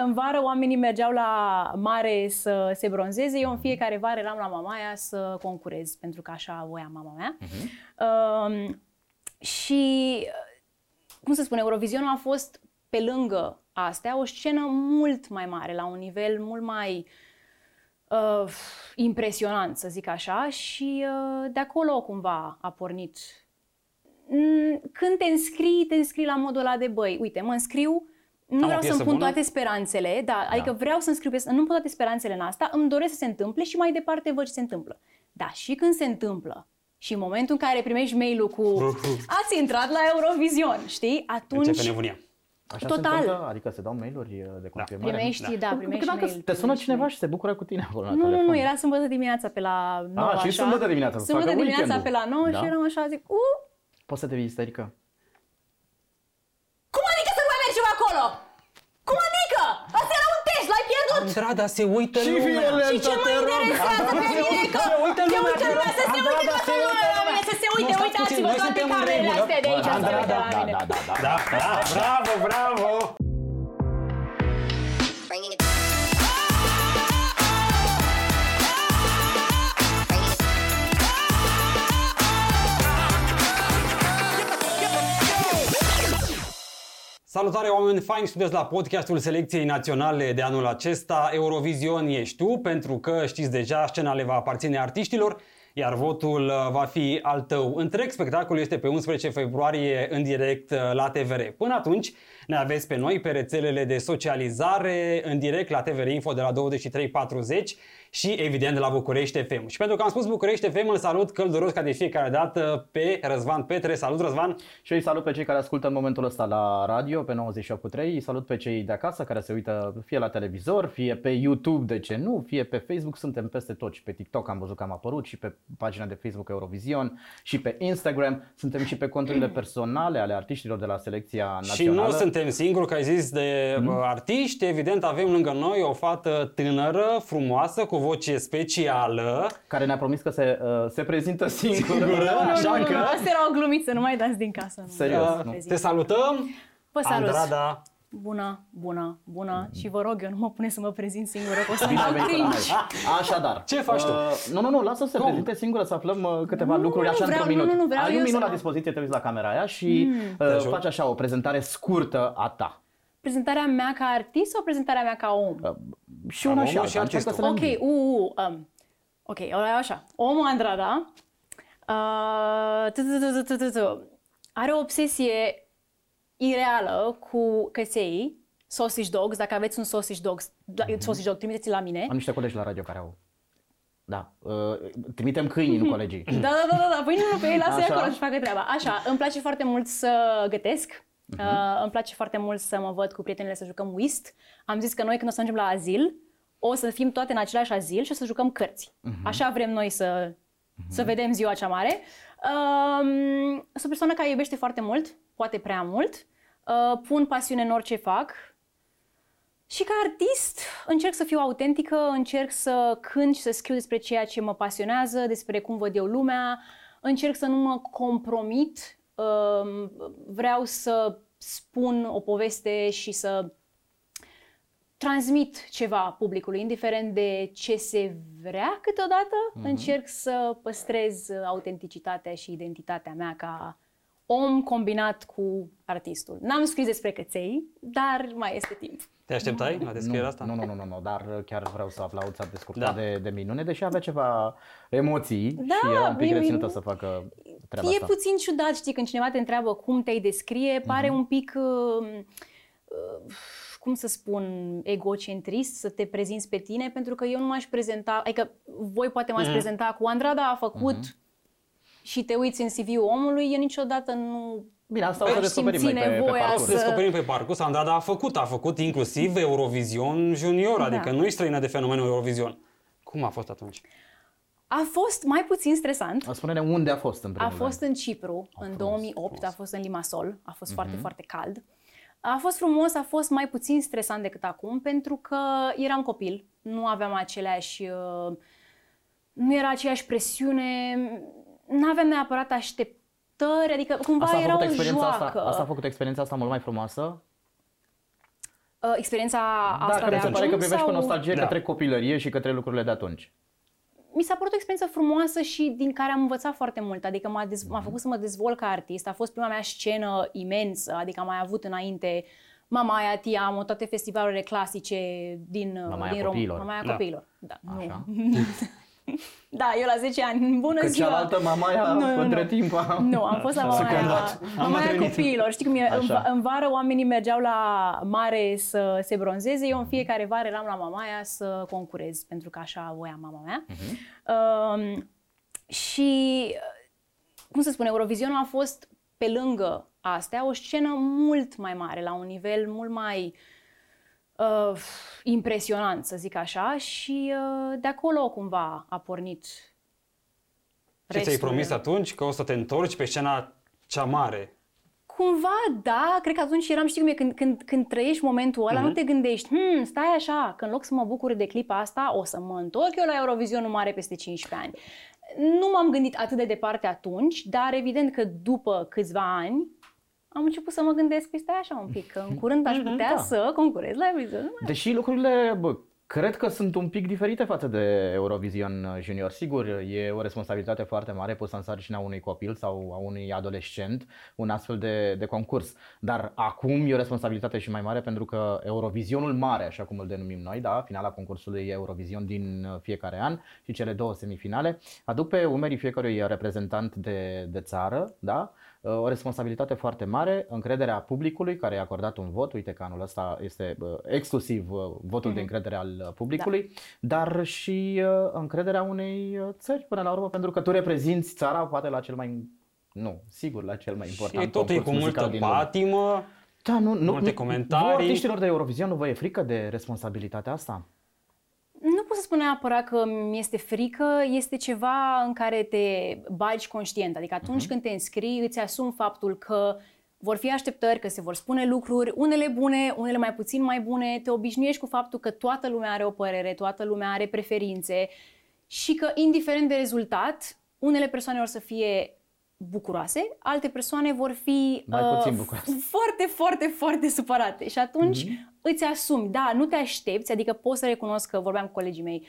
în vară oamenii mergeau la mare să se bronzeze, eu în Mhm. fiecare vară eram la mamaia să concurez, pentru că așa voia mama mea. Mhm. Uh-huh. Uh, și, cum să spun, Eurovizionul a fost pe lângă astea o scenă mult mai mare, la un nivel mult mai uh, impresionant, să zic așa, și uh, de acolo cumva a pornit. Când te înscrii, te înscrii la modul ăla de băi, uite, mă înscriu, nu Am o vreau să-mi piesă pun bună? toate speranțele, da, adică vreau să-mi scriu, piesă- nu-mi pun toate speranțele în asta, îmi doresc să se întâmple și mai departe văd ce se întâmplă. Da, și când se întâmplă și în momentul în care primești mail-ul cu ați intrat la Eurovision, știi? Atunci Începe nebunia. Așa Total. se întâmplă? Adică se dau mail-uri uh, de confirmare? primești, da, Pentru primești că dacă mail, te sună primești cineva mail. și se bucură cu tine acolo la Nu, nu, telefon. Ah, nu, era sâmbătă dimineața pe la 9 și așa. sâmbătă dimineața, să Sâmbătă facă dimineața pe weekendul. la 9 Da. și eram așa, zic, uh, Poți să devii isterică? cum adică să nu mai mergem acolo? Cum adică? Asta era un test, l-ai pierdut! Andrada se uită da, lumea. Și ce mă interesează pe mine că Se se uită uită lumea, te lumea, rog. să se Andrada, uite se toată uită lumea la lumea. mine, să se Nu, uite, stați puțin, uitați-vă noi toate suntem în camerele regulă. astea de aici, să se da, uită da, la da, mine. da, da, da. Da, da, Ah, bravo, bravo! Bringing it Bringing it Salutare oameni faini, sunteți la podcastul selecției naționale de anul acesta. Eurovision ești tu, pentru că știți deja, scena le va aparține artiștilor, iar votul uh, va fi al tău. Întreg spectacolul este pe 11 februarie în direct uh, la TVR. Până atunci ne aveți pe noi pe rețelele de socializare, în direct la TVR Info de la 23.40 și evident la București FM. Și pentru că am spus București FM, îl salut călduros ca de fiecare dată pe Răzvan Petre. Salut Răzvan! Și îi salut pe cei care ascultă în momentul ăsta la radio pe 98.3, îi salut pe cei de acasă care se uită fie la televizor, fie pe YouTube, de ce nu, fie pe Facebook, suntem peste tot și pe TikTok am văzut că am apărut și pe pagina de Facebook Eurovision și pe Instagram, suntem și pe conturile Mm. personale ale artiștilor de la selecția Și națională. Mhm. nu suntem singuri, că ai zis de mm artiști, evident avem lângă noi o fată tânără, frumoasă, cu voce specială. care ne-a promis că se, uh, se prezintă Singură? singură. Da, Nu, Așa nu, nu, că- nu, asta era o glumiță, nu mai dați din casă. nu. Serios, Uh, nu. Te salutăm! Vă salut! Andrada, Bună, bună, bună și vă rog, eu nu mă pune să mă prezint singură, că o să-mi Bine ai dau venit la cringe. noi. Așadar. Ce faci tu? Uh, nu, nu, nu, lasă să se prezinte singură să aflăm uh, câteva Nu, lucruri nu, așa vreau, într-un minut. nu, nu, vreau Ai eu un minut să- Mm. la dispoziție, te uiți la camera aia și uh, ajut. faci așa o prezentare scurtă a ta. Prezentarea mea ca artist sau prezentarea mea ca om? Uh, și Ca una om și și alta. Încearcă artistul. să le Ok, îmbini. u, u, um, ok, o- așa. Omul Andrada uh, tu, tu, tu, tu, tu, tu, tu, are o obsesie ireală cu căței, sausage dogs, dacă aveți un sausage dog, da, sausage dog trimiteți-l la mine. Am niște colegi la radio care au. Da. Uh, trimitem câinii, nu colegii. Da, da, da, da, da. Păi nu, nu, pe ei lasă-i Așa. acolo și facă treaba. Așa, îmi place foarte mult să gătesc. Uh, îmi place foarte mult să mă văd cu prietenele să jucăm whist. Am zis că noi când o să ajungem la azil, o să fim toate în același azil și o să jucăm cărți. Așa vrem noi să, să vedem ziua cea mare. Um, sunt o persoană care iubește foarte mult, poate prea mult. Uh, pun pasiune în orice fac. Și ca artist încerc să fiu autentică, încerc să cânt și să scriu despre ceea ce mă pasionează, despre cum văd eu lumea, încerc să nu mă compromit, um, vreau să spun o poveste și să transmit ceva publicului, indiferent de ce se vrea câteodată, mm-hmm. încerc să păstrez autenticitatea și identitatea mea ca om combinat cu artistul. N-am scris despre căței, dar mai este timp. te așteptai la descrierea asta? Nu, nu, nu, nu, nu, dar uh, chiar vreau să aplaud, s-a descurcat Da. de, de minune, deși avea ceva emoții Da, și era un pic e- reținută să facă treaba e asta. puțin ciudat, știi, când cineva te întreabă cum te-ai descrie, pare Mhm. un pic, uh, uh, cum să spun, egocentrist să te prezinți pe tine, pentru că eu nu m-aș prezenta, adică voi poate Mhm. m-ați prezenta cu Andrada a făcut și te uiți în CV-ul omului, eu niciodată nu... Bine, asta o să Aș descoperim noi Păi simți pe, pe nevoia O parcurs. să Să- descoperim pe parcurs. Andrada a făcut, a făcut inclusiv Eurovision Junior, Da. adică nu e străină de fenomenul Eurovision. Cum a fost atunci? A fost mai puțin stresant. Spune-ne unde a fost în A primul fost în Cipru în 2008, a fost în Limasol, a Mhm. fost foarte, foarte cald. A fost frumos, a fost mai puțin stresant decât acum pentru că eram copil, nu aveam aceleași uh, nu era aceeași presiune, nu aveam neapărat așteptări, adică cumva Asta a era făcut o experiența joacă. asta, asta a făcut experiența asta mult mai frumoasă. uh, experiența Da, asta care de se pare acum? că privești sau... cu nostalgie Da. către copilărie și către lucrurile de atunci. mi s-a părut o experiență frumoasă și din care am învățat foarte mult. Adică m-a, dez- Mhm. m-a făcut să mă dezvolt ca artist. A fost prima mea scenă imensă, adică am mai avut înainte Mama Aia, Tia, am toate festivalurile clasice din, Mama Aia din copiilor. Mama Aia Da. copiilor. Da, Așa. nu. da, eu la 10 ani. Bună Că ziua! cealaltă mama aia, Nu, nu, nu. între timp, a- Nu, am fost la S-a mama aia, combat. Am mama aia advenit. copiilor. Știi cum e? În, Așa. va- în vară oamenii mergeau la mare să se bronzeze. Eu în fiecare vară eram la mama aia să concurez, pentru că așa voia mama mea. Mhm. Um, și, cum să spun, Eurovizionul a fost, pe lângă astea, o scenă mult mai mare, la un nivel mult mai uh, impresionant, să zic așa, și uh, de acolo cumva a pornit. Ce ți-ai restul. promis atunci? Că o să te întorci pe scena cea mare. Cumva, da, cred că atunci eram, știi cum e, când, când, când trăiești momentul ăla, mm-hmm. nu te gândești, hmm, stai așa, că în loc să mă bucur de clipa asta, o să mă întorc eu la Eurovizionul mare peste 15 ani. Nu m-am gândit atât de departe atunci, dar evident că după câțiva ani am început să mă gândesc, păi stai așa un pic, că în curând aș putea da. să concurez la Eurovizionul mare. Deși lucrurile, bă, cred că sunt un pic diferite față de Eurovision uh, Junior. Sigur, e o responsabilitate foarte mare pusă în sarcina unui copil sau a unui adolescent un astfel de, de concurs. Dar acum e o responsabilitate și mai mare pentru că Eurovisionul mare, așa cum îl denumim noi, da, finala concursului Eurovision din uh, fiecare an și cele două semifinale, aduc pe umerii fiecărui reprezentant de, de țară, da, Uh, o responsabilitate foarte mare, încrederea publicului care i-a acordat un vot, uite că anul ăsta este uh, exclusiv uh, votul Mhm. de încredere al Da. uh, publicului, dar și uh, încrederea unei uh, țări până la urmă, pentru că tu reprezinți țara poate la cel mai, nu, sigur la cel mai important Și tot e concurs cu muzical multă din lume. patimă. Da, nu, nu, multe nu- comentarii. Vouă, artiștilor de Eurovision, nu vă e frică de responsabilitatea asta? Nu pot să spun neapărat că mi-este frică, este ceva în care te bagi conștient. Adică atunci uh-huh. când te înscrii, îți asumi faptul că vor fi așteptări, că se vor spune lucruri, unele bune, unele mai puțin mai bune, te obișnuiești cu faptul că toată lumea are o părere, toată lumea are preferințe și că, indiferent de rezultat, unele persoane vor să fie bucuroase, alte persoane vor fi uh, Mai puțin bucuroase. foarte, foarte, foarte supărate. Și atunci Mhm. mm-hmm. îți asumi, da, nu te aștepți, adică pot să recunosc că vorbeam cu colegii mei.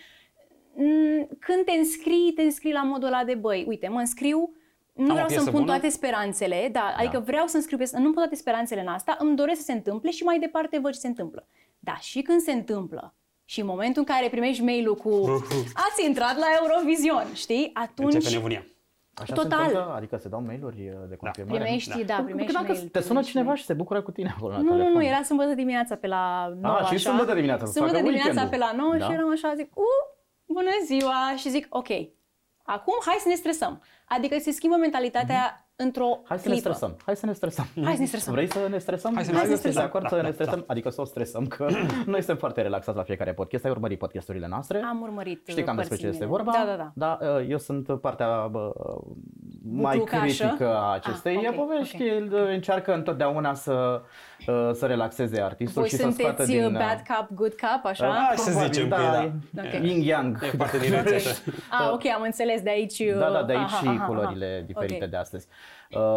Mm, Când te înscrii, te înscrii la modul ăla de băi, uite, mă înscriu, nu Am o vreau să-mi piesă pun bună? toate speranțele, da, adică vreau să-mi scriu piesă, nu-mi pun toate speranțele în asta, îmi doresc să se întâmple și mai departe văd ce se întâmplă. Da, și când se întâmplă, și în momentul în care primești mail-ul cu Uhuh. ați intrat la Eurovision, știi? Începe Atunci nebunia. Așa Total. Se întâmplă? Adică se dau mail-uri uh, de confirmare? primești, da, Pentru că primești dacă mail. te sună primești mail. cineva și se bucură cu tine acolo la Nu, telefon. Ah, nu, nu, era sâmbătă dimineața pe la 9 și așa. sâmbătă dimineața, să Sâmbătă facă dimineața pe weekendul. la 9 Da. și eram așa, zic, u, bună ziua și zic, ok, acum hai să ne stresăm. Adică se schimbă mentalitatea într-o Mhm. Hai să clipă. ne stresăm. Hai să ne stresăm. Hai să ne stresăm. Vrei să ne stresăm? Hai să ne Hai să ne stresăm. De acord Da, să da, ne da. stresăm? Adică să o stresăm că noi suntem foarte relaxați la fiecare podcast. Ai urmărit podcasturile noastre? Am urmărit Știi cam despre ce părțile. este vorba? Da, da, da. Da, eu sunt partea bă, mai Buclucașă. critică a acestei Ah, ok, ah, povești. Okay. El încearcă întotdeauna să, uh, să relaxeze artistul Voi și să scoată sunteți uh, din... uh, bad cup, good cup, așa? Ah, să Probabil, zicem da, că e, da. e Ok. Yin-yang. E parte din rețetă. Ah, ok, am înțeles, de aici... uh, Da, da, de aici Deci, aha, și aha, aha. culorile diferite Ok. de astăzi.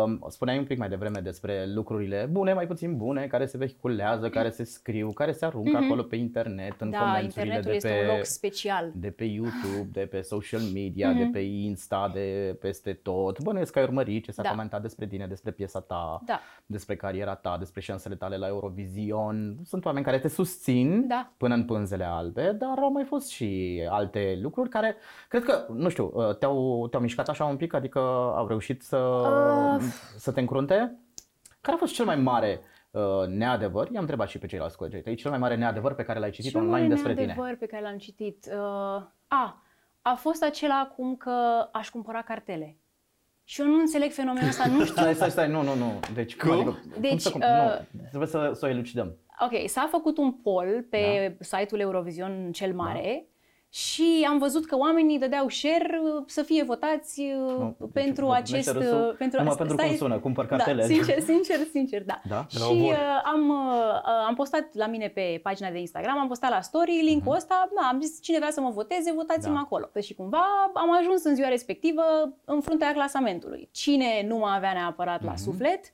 Um, spuneai un pic mai devreme despre lucrurile bune, mai puțin bune, care se vehiculează, care se scriu, care se aruncă acolo pe internet, în Mhm. Da, comenturile internetul de este un pe, loc special. Mhm. de pe YouTube, de pe social media, de pe Insta, de peste tot. Bănuiesc că ai urmărit ce s-a Da. comentat despre tine, despre piesa ta, Da. despre cariera ta, despre șansele tale la Eurovision. Sunt oameni care te susțin Da. până în pânzele albe, dar au mai fost și alte lucruri care, cred că, nu știu, uh, te-au, te-au mișcat așa un pic, adică au reușit să, Uh. să te încrunte. Care a fost cel mai mare uh, neadevăr? I-am întrebat și pe ceilalți colegi. Deci cel mai mare neadevăr pe care l-ai citit Cel online mai despre tine. neadevăr pe care l-am citit. Uh, a, a fost acela acum că aș cumpăra cartele. Și eu nu înțeleg fenomenul ăsta, nu știu. Stai, stai, stai, nu, nu, nu. Deci, cum? Adică, cum Deci, să, cum? uh, nu, trebuie să, să o elucidăm. Ok, s-a făcut un poll pe Da. site-ul Eurovision cel mare și am văzut că oamenii dădeau share uh, să fie votați uh, Nu, deci, pentru vorbește acest... râsul uh, pentru, numai pentru cum sună, cumpăr cartele. Da, sincer, sincer, sincer, da. Da? De la Și obor. uh, am, uh, am postat la mine pe pagina de Instagram, am postat la story link-ul ăsta, da, am zis cine vrea să mă voteze, votați-mă Mhm. Da. acolo. Și cumva am ajuns în ziua respectivă în fruntea Mhm. clasamentului. Cine nu mă avea neapărat la suflet,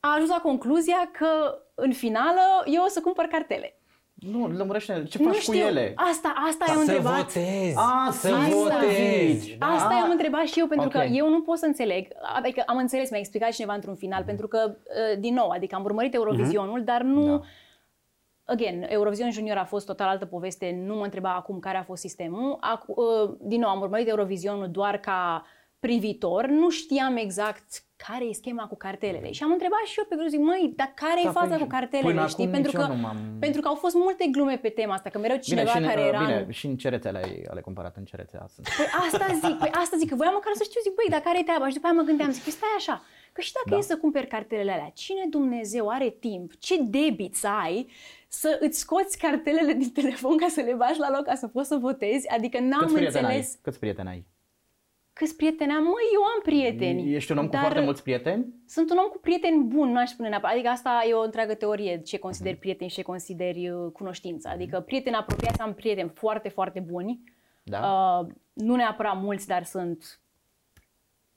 a ajuns la concluzia că în finală, eu o să cumpăr cartele. Nu, lămurește ce faci cu ele. Asta, asta Să am întrebat. votezi. A, să Asta. votezi. Da. Asta i-am întrebat și eu pentru Ok. că eu nu pot să înțeleg. Adică am înțeles, mi-a explicat cineva într-un final, Mm. pentru că, uh, din nou, adică am urmărit Eurovizionul, dar nu... Da. Again, Eurovision Junior a fost total altă poveste, nu mă întreba acum care a fost sistemul. Acu, uh, din nou, am urmărit Eurovisionul doar ca privitor, nu știam exact care e schema cu cartelele. Și am întrebat și eu pe grup, zic, măi, dar care Mm. Da, e faza păi, cu cartelele, până știi? acum Pentru nici eu că, nu m-am- pentru că au fost multe glume pe tema asta, că mereu cineva și în, care uh, era în bine, și în ce rețele ai, ale cumpărat în ce rețea sunt? Păi asta zic, păi asta zic, că voiam măcar să știu, zic, băi, dar care e treaba? Și după aia mă gândeam, zic, păi stai așa, că și dacă Da. da. e să cumperi cartelele alea, cine Dumnezeu are timp, ce debit să ai să îți scoți cartelele din telefon ca să le bagi la loc, ca să poți să votezi? Adică n-am Câți prieteni ai? înțeles Câți prieteni ai? câți prieteni am, măi, eu am prieteni. Ești un om cu dar foarte mulți prieteni? Sunt un om cu prieteni buni, nu aș spune neapărat. Adică asta e o întreagă teorie, ce Mhm. consideri prieteni și ce consideri uh, cunoștință. Adică prieteni apropiați, am prieteni foarte, foarte buni. Da. Uh, nu neapărat mulți, dar sunt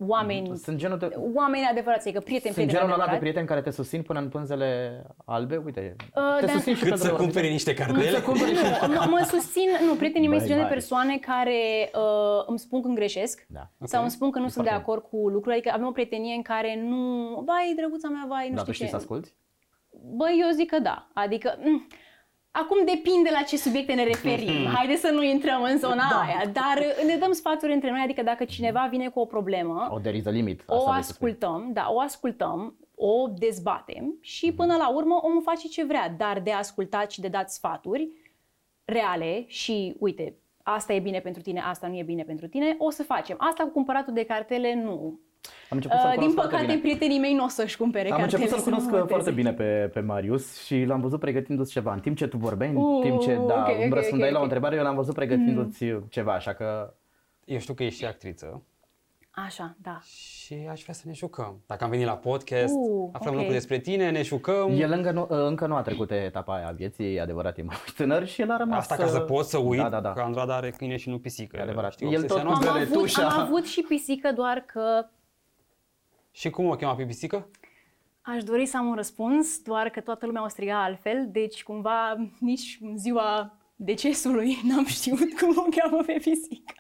oameni, Mm-hmm. Sunt genul de... oameni adevărați, adică prieteni, prieteni Sunt genul ăla de adevărați. prieteni care te susțin până în pânzele albe, uite, Uh, te da. susțin și Cât pentru să Eurovision. cumpere niște Cât să cartele? cumperi și Nu, mă, mă susțin, nu, prietenii mei Băi, sunt genul de vai. persoane care uh, îmi spun când greșesc Da. sau îmi spun că nu sunt de foarte- acord cu lucruri, adică avem o prietenie în care nu, vai, drăguța mea, vai, nu Dar știu tu Da, știi ce. să asculti? Băi, eu zic că da. Adică, mm, acum depinde la ce subiecte ne referim. Haideți să nu intrăm în zona da. aia, dar ne dăm sfaturi între noi, adică dacă cineva vine cu o problemă, O Oh, there is a limit. o vrei să spui. ascultăm, da, o ascultăm, o dezbatem Mhm. și până la urmă omul face ce vrea, dar de ascultat și de dat sfaturi reale și, uite, asta e bine pentru tine, asta nu e bine pentru tine, o să facem. Asta cu cumpăratul de cartele, nu. Am început să-l Uh, din cunosc foarte păcate, bine. prietenii mei nu o să-și cumpere Am cartele. început să-l să nu cunosc mă foarte voteze. bine pe, pe Marius și l-am văzut pregătindu-ți ceva. În timp ce tu vorbeai, în Uh, timp ce da, ok, ok, îmi ok, răspundeai ok. la o Mm. întrebare, eu l-am văzut pregătindu-ți ceva, așa că Eu știu că ești și actriță Așa, da. și aș vrea să ne jucăm. Dacă am venit la podcast, Uh, aflăm ok. lucruri despre tine, ne jucăm. el încă nu, ă, încă nu a trecut etapa aia a vieții, e adevărat, e mai tânăr și el a rămas... Asta ca să uh, pot să uit Da, da, da. că Andrada are câine și nu pisică. E adevărat. Știi, El obsesia tot- noastră. Am avut, Găletușa. am avut și pisică, doar că Și cum o chema pe pisică? aș dori să am un răspuns, doar că toată lumea o striga altfel, deci cumva nici în ziua decesului n-am știut cum o cheamă pe pisică.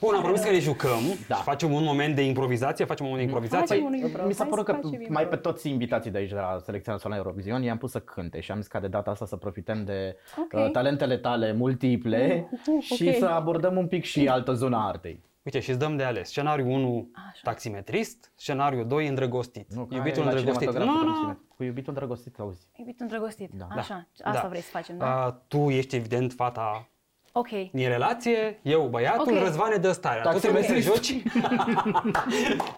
Bun, am promis că ne jucăm Da. și facem un moment de improvizație, facem un moment de improvizație. Facem un impro. Mi s-a Hai părut să că facem impro. mai pe toți invitații de aici de la Selecția Națională Eurovision i-am pus să cânte și am zis ca de data asta să profităm de Ok. uh, talentele tale multiple Uh, uh, și ok. să abordăm un pic și altă zonă a artei. Uite, și îți dăm de ales. Scenariul 1, Așa. taximetrist, scenariul 2, îndrăgostit. Nu, că Iubitul hai la îndrăgostit. cinematograf Nu, putem nu. să ne- Cu iubitul îndrăgostit, auzi. Iubitul îndrăgostit. Da. Așa, asta da. vrei să facem, da? A, tu ești evident fata ok. din relație, eu băiatul, Ok. Răzvane dă starea. Tu trebuie să Taximetrist. joci.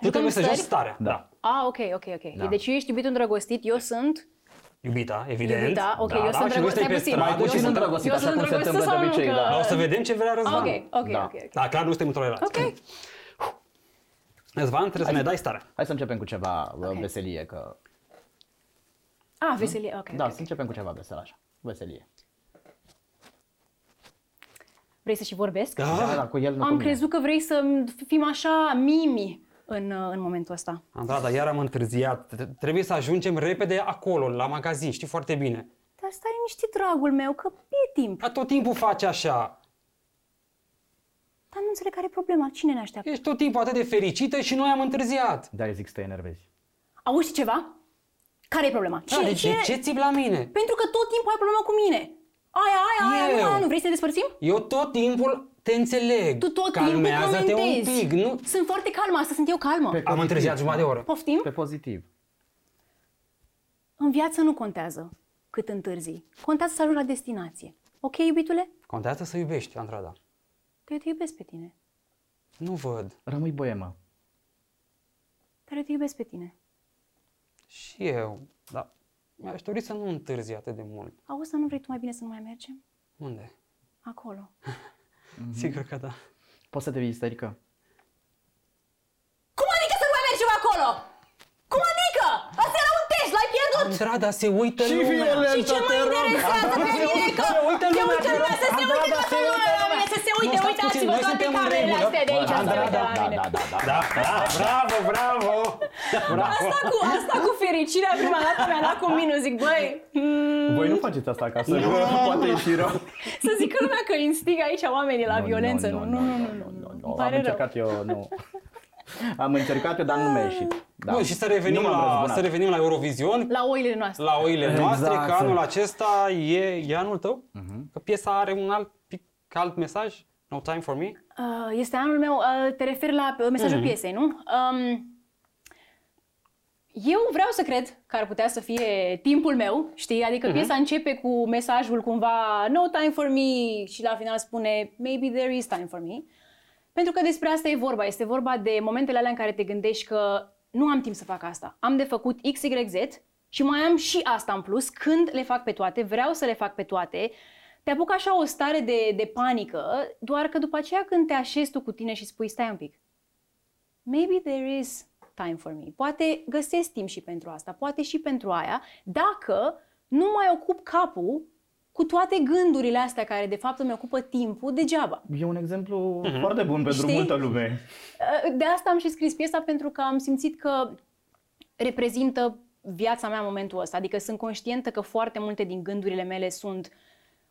tu trebuie să joci stări? starea. Da. Ah, ok, ok, ok. Da. Deci eu ești iubitul îndrăgostit, eu sunt Iubita, evident. iubita, ok, eu da, sunt și voi îndrăgostit, stai stai pe puțin. stradă. Mai eu puțin sunt- îndrăgostit, eu așa sunt cum se îndrăgostită întâmplă de sau nu, obicei, că- da. Dar o să vedem ce vrea Răzvan. Ok, ok, Da. ok, ok. Da, clar nu suntem într-o relație. Ok. Răzvan, trebuie să ne dai starea. Hai să începem cu ceva uh, Ok. veselie, că... Ah, veselie, ok. Da, ok. să începem cu ceva vesel, așa. Veselie. Vrei să și vorbesc? Ah. Da, da, cu el nu cu Am mine. crezut că vrei să fim așa mimi în, uh, în momentul ăsta. Andrada, iar am întârziat. Tre- Trebuie să ajungem repede acolo, la magazin, știi foarte bine. Dar stai liniștit, dragul meu, că e timp. Dar tot timpul faci așa. Dar nu înțeleg care e problema. Cine ne așteaptă? Ești tot timpul atât de fericită și noi am întârziat. Dar eu zic să te enervezi. Auzi ceva? Care e problema? Da, Cine, de, cine? de ce țipi la mine? Pentru că tot timpul ai problemă cu mine. Aia, aia, aia, Eu. nu, aia, nu. Vrei să ne despărțim? Eu tot timpul te înțeleg. Tu tot timpul Calmează-te comentezi. un pic, nu? Sunt foarte calmă, asta sunt eu calmă. Pe- Am întârziat jumătate de oră. Poftim? Pe pozitiv. În viață nu contează cât întârzi. Contează să ajungi la destinație. Ok, iubitule? Contează să iubești, Andrada. Dar eu te iubesc pe tine. Nu văd. Rămâi boemă. Dar eu te iubesc pe tine. Și eu. Da. Mi-aș dori să nu întârzi atât de mult. Auzi, dar nu vrei tu mai bine să nu mai mergem? Unde? Acolo. Mhm. Sigur că da. Poți să devii isterică? Cum adică să nu mai mergem acolo? Cum adică? Asta era un test, l-ai pierdut! Andrada, se uită lumea. Și ce mă interesează pe mine că Se uită se lumea, uită lumea, să se Andrada, uită toată se uită lumea la mine, să se Nu, uite, stați puțin, uitați-vă noi toate suntem în camerele regulă. astea de aici, Da, se da, uită da, la da, mine. da, da, da. Da, da, bravo, bravo! bravo. Asta cu, asta cu fericirea prima dată mi-a dat cu minus, zic, băi, mm, Voi nu faceți asta acasă, nu, poate ieși rău. să zică lumea că instig aici oamenii la violență. Nu, nu, nu, nu, nu, îmi Am pare rău. încercat eu, nu. Am încercat eu, dar nu mi-a ieșit. Da. Bun, și să revenim, Nu m-am la, răzbunat. să revenim la Eurovision, La oile noastre. la oile Exact. noastre, că anul acesta e, e anul tău, Mhm. că piesa are un alt, pic, alt mesaj, No Time For Me. Uh, Este anul meu, uh, te referi la uh, mesajul piesei, nu? Um, Eu vreau să cred că ar putea să fie timpul meu, știi? Adică piesa începe cu mesajul cumva No time for me și la final spune Maybe there is time for me. Pentru că despre asta e vorba. Este vorba de momentele alea în care te gândești că nu am timp să fac asta. Am de făcut X, Y, Z și mai am și asta în plus. Când le fac pe toate, vreau să le fac pe toate. Te apucă așa o stare de, de panică, doar că după aceea când te așezi tu cu tine și spui stai un pic, maybe there is time for me. Poate găsesc timp și pentru asta, poate și pentru aia, dacă nu mai ocup capul cu toate gândurile astea care de fapt îmi ocupă timpul degeaba. E un exemplu foarte bun pentru Știi? multă lume. Eh, De asta am și scris piesa pentru că am simțit că reprezintă viața mea în momentul ăsta. Adică sunt conștientă că foarte multe din gândurile mele sunt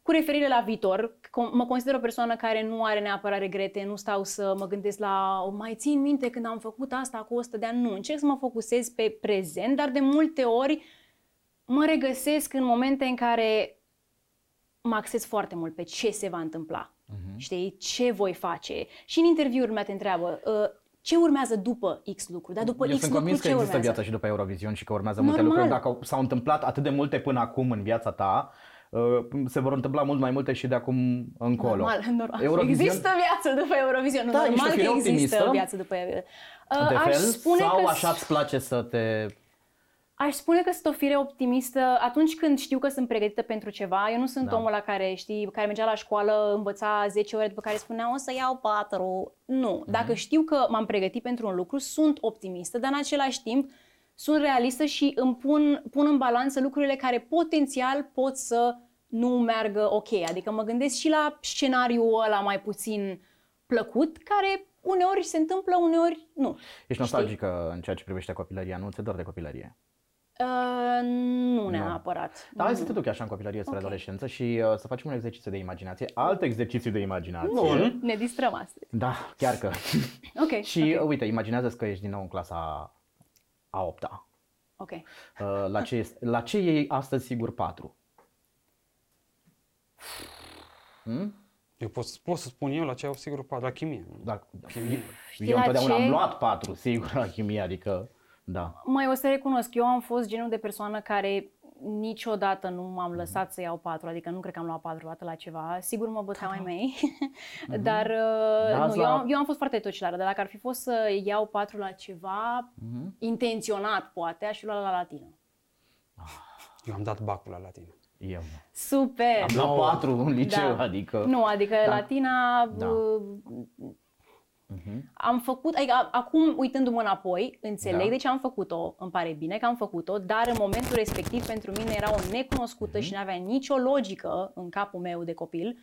cu referire la viitor. Com- Mă consider o persoană care nu are neapărat regrete, nu stau să mă gândesc la "O, mai țin minte când am făcut asta cu 100 de ani. Nu, încerc să mă focusez pe prezent, dar de multe ori mă regăsesc în momente în care mă axez foarte mult pe ce se va întâmpla. Mhm. Știi? Ce voi face? Și în interviuri lumea te întreabă uh, ce urmează după X lucru, dar după Eu X sunt lucru convins că ce există urmează? viața și după Eurovision și că urmează multe Normal. lucruri. Dacă au- s-au întâmplat atât de multe până acum în viața ta, uh, se vor întâmpla mult mai multe și de acum încolo. Normal, normal. Eurovision- Există viață după Eurovision. Nu, Da, ești o normal că fire există optimistă. viață după Eurovision. Uh, de aș, fel, spune sau că, așa îți place să te... aș spune că sunt o fire optimistă atunci când știu că sunt pregătită pentru ceva. Eu nu sunt Da. omul la care, știi, care mergea la școală, învăța 10 ore, după care spunea o să iau 4. Mhm. Nu. Dacă știu că m-am pregătit pentru un lucru, sunt optimistă, dar în același timp sunt realistă și îmi pun, pun în balanță lucrurile care potențial pot să nu meargă ok. Adică mă gândesc și la scenariul ăla mai puțin plăcut, care uneori se întâmplă, uneori nu. Ești nostalgică în ceea ce privește copilăria, nu ți dor de copilărie. Uh, nu neapărat. Da. Dar hai să te duci așa în copilărie spre Mm. Ok. adolescență și uh, să facem un exercițiu de imaginație, alt exercițiu de imaginație. Bun. Ne distrăm astăzi. Da, chiar că. Ok. și uh, uite, imaginează-ți că ești din nou în clasa a 8-a. Ok. Uh, La ce, este- la ce e astăzi sigur 4? Hmm? Eu pot, pot să spun eu la ce au sigur patru, la chimie. Dacă, Știi eu la întotdeauna ce? am luat 4, sigur, la chimie, adică, da. Mai o să recunosc, eu am fost genul de persoană care niciodată nu m-am lăsat să iau patru, adică nu cred că am luat patru dată la ceva. Sigur mă băteau ai mei, dar uh, Mhm. Da, nu, asta- eu, am, eu am fost foarte tocilară, dar dacă ar fi fost să iau patru la ceva, Mhm. intenționat poate, aș fi luat la latină. Eu am dat bacul la latină. Eu. Super! Am luat 4 în liceu, adică. Nu, adică latina... Da. Mhm. uh, Am făcut, adică a- acum uitându-mă înapoi, înțeleg Da. de ce am făcut-o, îmi pare bine că am făcut-o, dar în momentul respectiv pentru mine era o necunoscută Mhm. și nu avea nicio logică în capul meu de copil.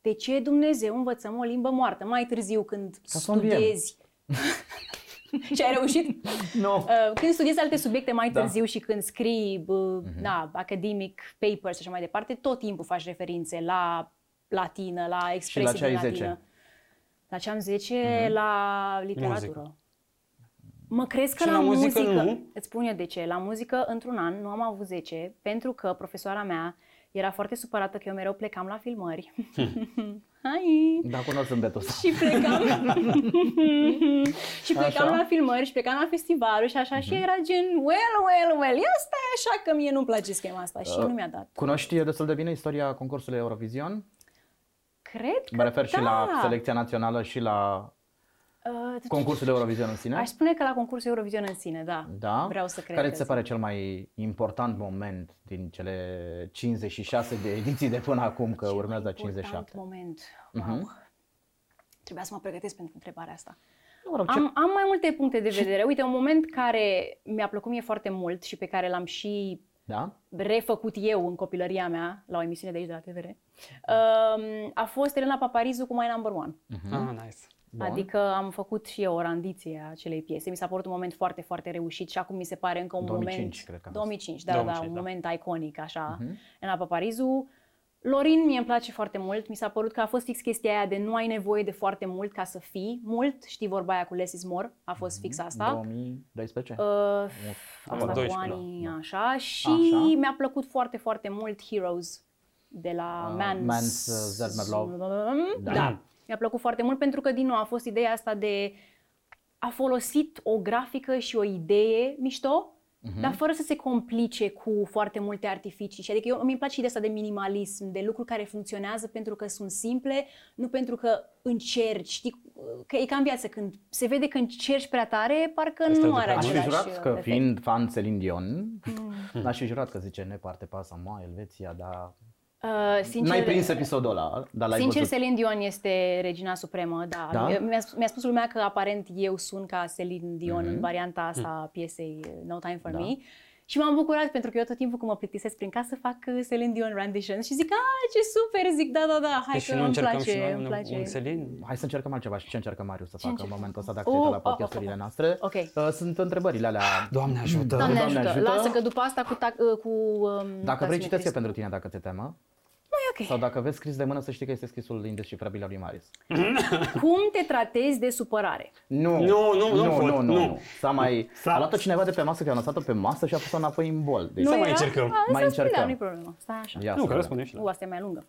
De ce Dumnezeu învățăm o limbă moartă? Mai târziu când să studiezi și ai reușit? Nu. Uh, Când studiezi alte subiecte mai Da. târziu și când scrii bă, da, academic, papers și așa mai departe, tot timpul faci referințe la latină, la expresii ce ai din 10? latină. La ce am 10? La literatură. Muzică. Mă crezi că Și la, la muzică muzică, nu? îți spun eu de ce, la muzică într-un an nu am avut 10 pentru că profesoara mea era foarte supărată că eu mereu plecam la filmări. Hai! Dar Da, cunosc zâmbetul ăsta. Și plecam Și plecam Așa. Mhm. la filmări și plecam la festivaluri și așa Și era gen, well, well, well Ia stai așa că mie nu-mi place schema asta Și nu mi-a dat Uh, Cunoști destul de bine istoria concursului Eurovision? Cred că Mă refer da. și la selecția națională și la Uh, concursul Eurovision în sine. Aș spune că la concursul Eurovision în sine, da Da? Vreau să cred Care că ți se pare cel mai important moment din cele 56 de ediții de până acum, că urmează Important 57? moment Mhm. wow. Trebuia să mă pregătesc pentru întrebarea asta Mă rog, ce- Am, am mai multe puncte de vedere. Uite, un moment care mi-a plăcut mie foarte mult și pe care l-am și Da? refăcut eu în copilăria mea, la o emisiune de aici, de la TVR, Da. um, a fost Elena Paparizu cu My Number One. Mhm. Ah, nice. Bun. Adică am făcut și eu o randiție a acelei piese. Mi s-a părut un moment foarte, foarte reușit și acum mi se pare încă un 2005 moment... cred că a fost. 2005, da, 2005, da, 2005, un da. moment iconic, așa, Mhm. uh-huh. în Paparizu. Lorin mie îmi place foarte mult, mi s-a părut că a fost fix chestia aia de nu ai nevoie de foarte mult ca să fii mult, știi vorba aia cu less is more, a Mhm. fost fix Exact asta. Da. 2012? Uh, Am asta cu 12, anii, așa, și da. Așa. mi-a plăcut foarte, foarte mult Heroes de la Ah, Mans, Mans, uh, Zermelo. Da. da. Mi-a plăcut foarte mult pentru că, din nou, a fost ideea asta de a folosit o grafică și o idee mișto, Mhm. dar fără să se complice cu foarte multe artificii. Și adică eu îmi place ideea asta de minimalism, de lucruri care funcționează pentru că sunt simple, nu pentru că încerci, știi, că e ca în viață, când se vede că încerci prea tare, parcă Asta nu e are adevărat. Aș fi același jurat că, efect. fiind fan Celine Dion, Mm. aș fi jurat că zice neparte pasa ma, Elveția, dar Uh, sincer, n-ai prins episodul ăla, dar l-ai Sincer, văzut. Celine Dion este regina supremă, da. Da? Mi-a, sp- mi-a spus lumea că aparent eu sunt ca Celine Dion mm-hmm. în varianta asta a piesei uh, No Time For Mhm. Da. Me. Și m-am bucurat pentru că eu tot timpul când mă plictisesc prin casă fac uh, Celine Dion rendition și zic, a, ce super, zic, da, da, da, hai Deci că nu îmi încercăm place, și noi îmi un, place. un Selin? Hai să încercăm altceva și ce încercă Marius să facă în încercăm? momentul ăsta dacă oh, la Oh, oh, podcasturile oh, oh. noastre. Ok. Ah, Uh, Sunt întrebările alea. Doamne ajută! Doamne, Doamne ajută. ajută. lasă că după asta cu... tac- uh, cu um, Dacă vrei, taximetrist. citesc eu pentru tine dacă ți-e teamă. Nu e Sau ok. dacă vezi scris de mână, să știi că este scrisul indescifrabil al lui Marius. da. Cum te tratezi de supărare? Nu, Nu, nu, nu, nu, pot, nu, nu. nu. S-a mai... S-a- A luat-o cineva de pe masă, că a lăsat-o pe masă și a pus-o înapoi în bol. Deci, Nu era? mai încercăm. A, Mai să spui, încercăm. Da, nu-i problemă. Stai așa. ia Nu, să că vedem. răspundem și la U, asta e mai lungă.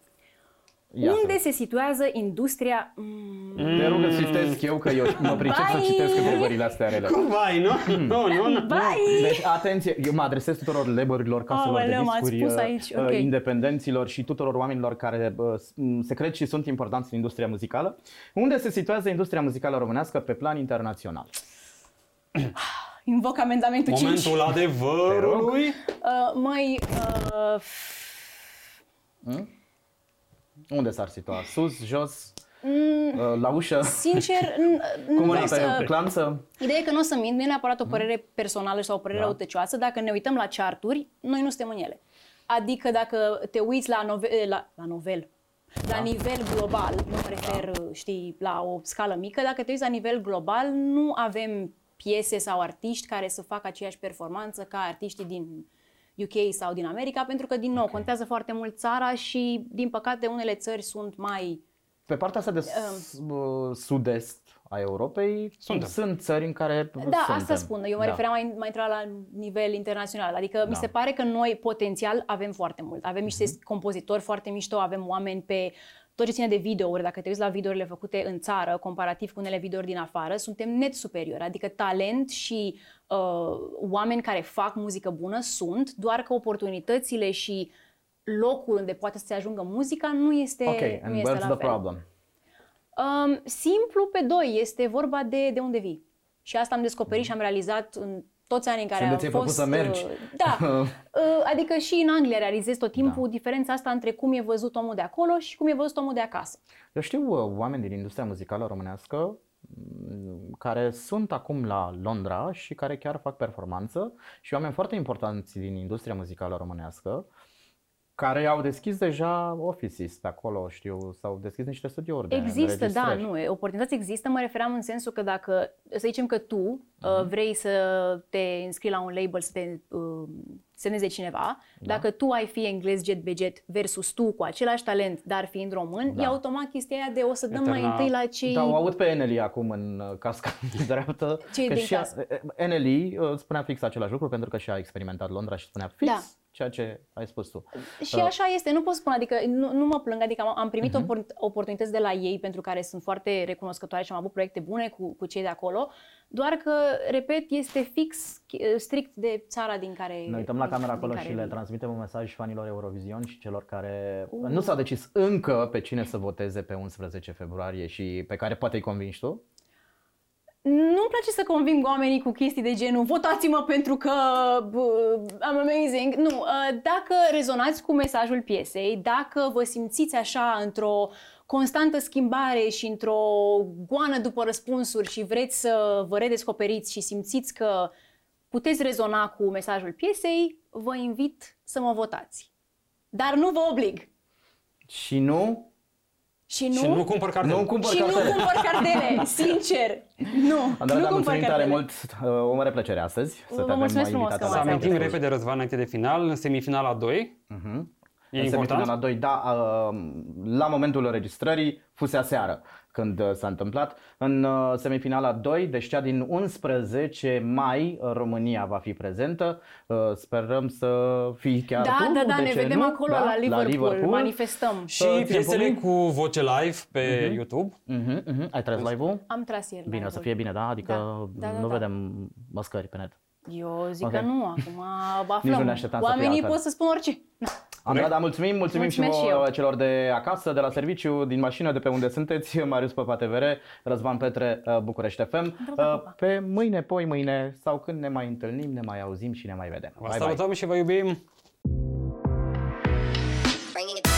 Ia să Unde vedem. se situează industria... Mm, Te rog să citesc eu, că eu mă pricep să Bye! citesc întrebările astea rele. Cum vai, nu? Hmm. Nu, nu, nu. Bye! Deci, atenție, eu mă adresez tuturor laborilor, caselor Aoleu, de m-ați discuri, pus uh, aici, uh, ok. independenților și tuturor oamenilor care uh, s- m, se cred și sunt importanți în industria muzicală. Unde se situează industria muzicală românească pe plan internațional? Invoc amendamentul 5. Momentul adevărului. Uh, măi, uh, Unde s-ar situa? Sus, jos, uh, la ușă, sincer, n- nu cum vreau e Mm. da, să... pe clanță? Ideea e că nu o să mint, nu e neapărat o părere personală sau o părere Da. da. răutăcioasă. Dacă ne uităm la charturi, noi nu suntem în ele. Adică dacă te uiți la novel, la, la novel, la nivel global, nu mă refer, știi, la o scală mică, dacă te uiți la nivel global, nu avem piese sau artiști care să facă aceeași performanță ca artiștii din UK sau din America, pentru că, din nou, okay. contează foarte mult țara și, din păcate, unele țări sunt mai Pe partea asta de Um. s- uh, sud-est a Europei Suntem. sunt țări în care Da, Da, suntem. asta spun. Eu mă Da. da. refeream mai, mai întrebat la nivel internațional. Adică da. mi Da. Mhm. se pare că noi potențial avem foarte mult. Avem niște mm-hmm. compozitori foarte mișto, avem oameni pe tot ce ține de videouri. Dacă te uiți la videourile făcute în țară, comparativ cu unele videouri din afară, suntem net superiori. Adică talent și uh, oameni care fac muzică bună sunt, doar că oportunitățile și locul unde poate să se ajungă muzica nu este, Ok, nu and este la where's the fel. problem? Um, simplu pe doi, este vorba de de unde vii. Și asta am descoperit și am realizat în toți anii în care Și unde am ți-ai fost... propus să mergi. uh, Da, Uh, adică și în Anglia realizez tot timpul da. diferența asta între cum e văzut omul de acolo și cum e văzut omul de acasă. Eu știu uh, oameni din industria muzicală românească m, care sunt acum la Londra și care chiar fac performanță și oameni foarte importanți din industria muzicală românească care au deschis deja offices pe acolo, știu, s-au deschis niște studiouri de Există, da, înregistrări. nu, e, oportunități există, mă refeream în sensul că dacă, să zicem că tu Mhm. uh, vrei să te înscrii la un label să te uh, semneze cineva, da. dacă tu ai fi englez jet be jet versus tu cu același talent, dar fiind român, Da. e automat chestia aia de o să dăm mai Eterna- întâi la cei... Da, o aud pe Eneli acum în uh, casca de dreaptă. Cei că din și a, casă. Eneli uh, spunea fix același lucru pentru că și-a experimentat Londra și spunea fix Da. ceea ce ai spus tu. Uh, Și așa este, nu pot spune, adică nu, nu mă plâng, adică am, am primit uh-huh. opor- oportunități de la ei pentru care sunt foarte recunoscătoare și am avut proiecte bune cu, cu cei de acolo, doar că, repet, este fix, ch- strict de țara din care... Ne uităm la din- camera din acolo care și le vii. Uh. transmitem un mesaj fanilor Eurovision și celor care nu s-au decis încă pe cine să voteze pe 11 februarie și pe care poate îi convingi tu. Nu-mi place să conving oamenii cu chestii de genul votați-mă pentru că bă, I'm amazing. Nu, uh, dacă rezonați cu mesajul piesei, dacă vă simțiți așa într-o constantă schimbare și într-o goană după răspunsuri și vreți să vă redescoperiți și simțiți că puteți rezona cu mesajul piesei, vă invit să mă votați. Dar nu vă oblig. Și nu? Și nu, Și nu cumpăr cartelul. Nu cumpăr și nu cartele. cumpăr cartele, sincer. Nu, nu Andreea, cumpăr da, mulțumim tare cartele. mult. Uh, O mare plăcere astăzi. Vă să te avem mulțumesc frumos invitat că la Să m-ați Radiu. amintim repede, Răzvan, înainte de final, semifinala 2. E Mhm. În important. semifinala 2, da, uh, la momentul înregistrării fusea seară când uh, s-a întâmplat. În uh, semifinala 2, deci cea din 11 mai, uh, România va fi prezentă. Uh, Sperăm să fii chiar Da, tu, da, da, de ne ce vedem nu? acolo Da, la, Liverpool, La Liverpool. manifestăm. Și ținem piesele pumnii. cu voce live pe YouTube. Mhm, mhm. Ai tras live-ul? Am tras el. Bine, o să fie bine, da? Adică Da, da, da, nu da. vedem măscări pe net. Eu zic Ok. că nu, acum aflăm. Nici nu ne așteptam să fie Oamenii altfel. pot să spună orice. Na. Andra, da, mulțumim, mulțumim, Mulțumesc și, și vouă eu. celor de acasă, de la serviciu, din mașină, de pe unde sunteți, Marius Păpa TVR, Răzvan Petre, uh, București FM. Doamna Uh, Popa. Pe mâine, poi mâine sau când ne mai întâlnim, ne mai auzim și ne mai vedem. Vă salutăm și vă iubim! bringing it.